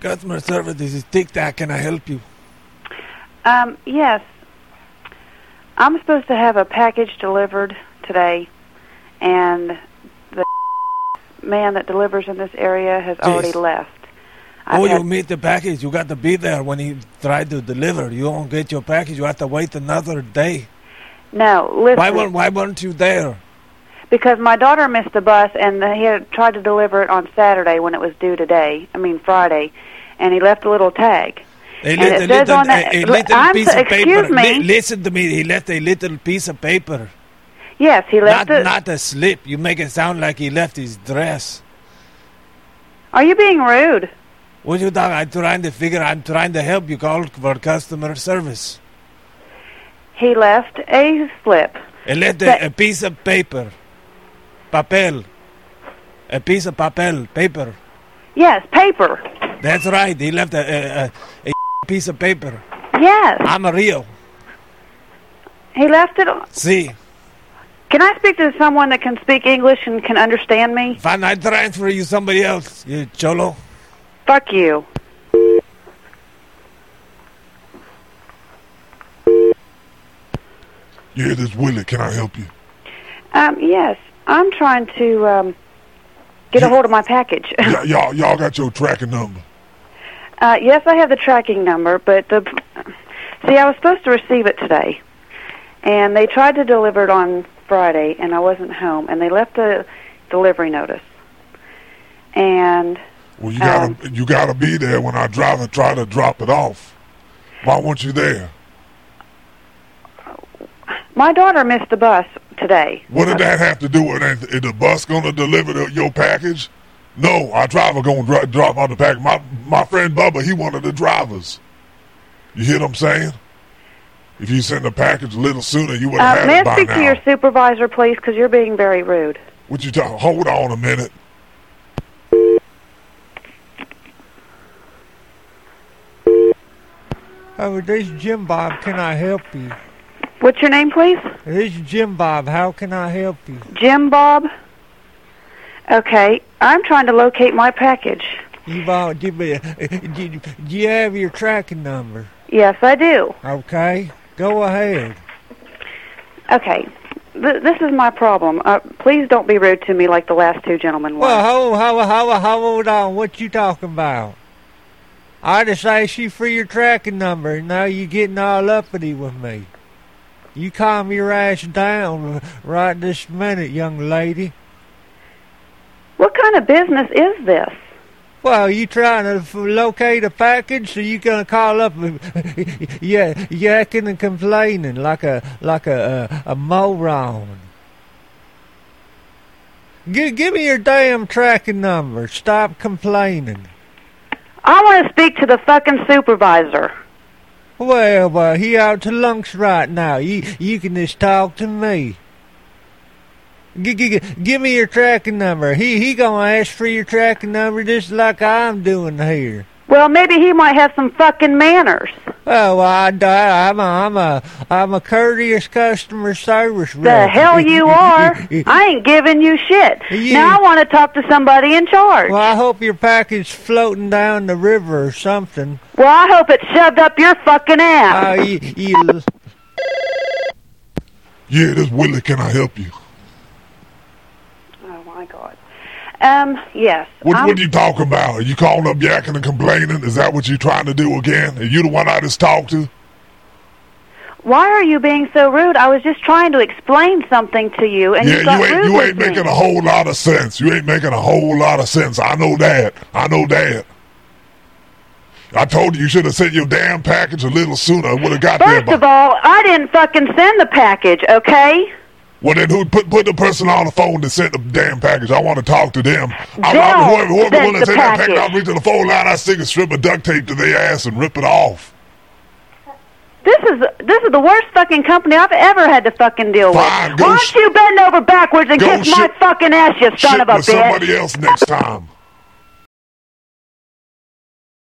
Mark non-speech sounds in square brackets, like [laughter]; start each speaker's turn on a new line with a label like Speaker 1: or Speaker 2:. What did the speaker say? Speaker 1: Customer service, this is Tic Tac. Can I help you?
Speaker 2: Um, yes. I'm supposed to have a package delivered today, and the [laughs] man that delivers in this area has already
Speaker 1: Yes.
Speaker 2: left.
Speaker 1: oh,
Speaker 2: I've
Speaker 1: you
Speaker 2: had-
Speaker 1: missed the package. You got to be there when he tried to deliver. You don't get your package. You have to wait another day.
Speaker 2: no, listen.
Speaker 1: Why, weren't, why weren't you there?
Speaker 2: Because my daughter missed the bus, and the, he had tried to deliver it on Saturday when it was due today. I mean Friday, and he left a little tag.
Speaker 1: A
Speaker 2: And
Speaker 1: little,
Speaker 2: it says
Speaker 1: little-
Speaker 2: on that-
Speaker 1: a, a
Speaker 2: l-
Speaker 1: little
Speaker 2: I'm
Speaker 1: piece
Speaker 2: so-
Speaker 1: of paper.
Speaker 2: excuse me.
Speaker 1: Li- listen to me. He left a little piece of paper.
Speaker 2: Yes, he
Speaker 1: Not,
Speaker 2: left it.
Speaker 1: not a slip. You make it sound like he left his dress.
Speaker 2: Are you being rude?
Speaker 1: What you talking? I'm trying to figure. I'm trying to help you call for customer service.
Speaker 2: He left a slip.
Speaker 1: A letter,
Speaker 2: But-
Speaker 1: a piece of paper, papel, a piece of papel, paper.
Speaker 2: Yes, paper.
Speaker 1: That's right. He left a, a, a, a piece of paper.
Speaker 2: Yes,
Speaker 1: I'm a real.
Speaker 2: he left it. on-
Speaker 1: See,
Speaker 2: Can I speak to someone that can speak English and can understand me?
Speaker 1: fine. I transfer you somebody else. You cholo.
Speaker 2: Fuck you.
Speaker 3: Yeah, this Willie. Can I help you?
Speaker 2: Um, yes, I'm trying to um, get a hold of my package.
Speaker 3: Y- y'all, y'all got your tracking number.
Speaker 2: [laughs] Uh, yes, I have the tracking number, but the see, I was supposed to receive it today, and they tried to deliver it on Friday, and I wasn't home, and they left a delivery notice. And
Speaker 3: Well, you gotta,
Speaker 2: Oh.
Speaker 3: you gotta be there when I drive and try to drop it off. Why weren't you there?
Speaker 2: my daughter missed the bus today.
Speaker 3: What did that have to do with anything? Is the bus gonna deliver the, your package? No, our driver gonna dri- drop on the package. My my friend Bubba, he one of the drivers. You hear what I'm saying? If you send the package a little sooner, you would have
Speaker 2: Uh,
Speaker 3: had
Speaker 2: may
Speaker 3: it by
Speaker 2: I speak
Speaker 3: now.
Speaker 2: to your supervisor, please, because you're being very rude.
Speaker 3: What you talking? Hold on a minute.
Speaker 4: Oh, this is Jim Bob. Can I help you?
Speaker 2: What's your name, please?
Speaker 4: This is Jim Bob. How can I help you?
Speaker 2: Jim Bob. Okay, I'm trying to locate my package.
Speaker 4: You've all, give me, [laughs] do, do you have your tracking number?
Speaker 2: Yes, I do.
Speaker 4: Okay, go ahead.
Speaker 2: Okay. Th- this is my problem. Uh, please don't be rude to me like the last two gentlemen were.
Speaker 4: Well, hold, hold, hold, hold on. What you talking about? I just asked you for your tracking number, and now you getting all uppity with me. You calm your ass down right this minute, young lady.
Speaker 2: what kind of business is this?
Speaker 4: Well, you trying to f- locate a package, so you gonna call up, [laughs] yeah, yakking and complaining like a like a a, a moron. G- give me your damn tracking number. Stop complaining.
Speaker 2: I want to speak to the fucking supervisor.
Speaker 4: Well, well, he out to lunch right now. You you can just talk to me. G- g- g- give me your tracking number. He he gonna ask for your tracking number just like I'm doing here.
Speaker 2: Well, maybe he might have some fucking manners.
Speaker 4: Oh, well, I, I, I'm a, I'm a, I'm a courteous customer service.
Speaker 2: The
Speaker 4: [laughs]
Speaker 2: hell you are. I ain't giving you shit.
Speaker 4: You-
Speaker 2: Now I want to talk to somebody in charge.
Speaker 4: Well, I hope your package floating down the river or something.
Speaker 2: Well, I hope it's shoved up your fucking
Speaker 4: Oh,
Speaker 2: ass.
Speaker 4: you, you,
Speaker 3: Yeah, this Willie. Can I help you?
Speaker 2: oh my god. Um, yes.
Speaker 3: What,
Speaker 2: I'm-
Speaker 3: what are you talking about? Are you calling up yakking and complaining? Is that what you're trying to do again? Are you the one I just talked to?
Speaker 2: Why are you being so rude? I was just trying to explain something to you, and you
Speaker 3: yeah,
Speaker 2: got
Speaker 3: you ain't
Speaker 2: rude
Speaker 3: you
Speaker 2: with
Speaker 3: ain't
Speaker 2: me.
Speaker 3: making a whole lot of sense. You ain't making a whole lot of sense. I know that. I know that. I told you you should have sent your damn package a little sooner. I would have got there.
Speaker 2: First
Speaker 3: By,
Speaker 2: of all, I didn't fucking send the package, okay?
Speaker 3: well, then who put put the person on the phone that sent the damn package? I want to talk to them. I,
Speaker 2: Dell
Speaker 3: I, whoever whoever
Speaker 2: sent
Speaker 3: willing
Speaker 2: the
Speaker 3: to send that package,
Speaker 2: package.
Speaker 3: I'll reach to the phone line. I stick a strip of duct tape to their ass and rip it off.
Speaker 2: This is this is the worst fucking company I've ever had to fucking deal
Speaker 3: Fine,
Speaker 2: with.
Speaker 3: go
Speaker 2: Why
Speaker 3: sh-
Speaker 2: don't you bend over backwards and
Speaker 3: go
Speaker 2: kiss my
Speaker 3: shit-
Speaker 2: fucking ass, you son
Speaker 3: Shit
Speaker 2: of a
Speaker 3: with
Speaker 2: bitch?
Speaker 3: somebody else next time.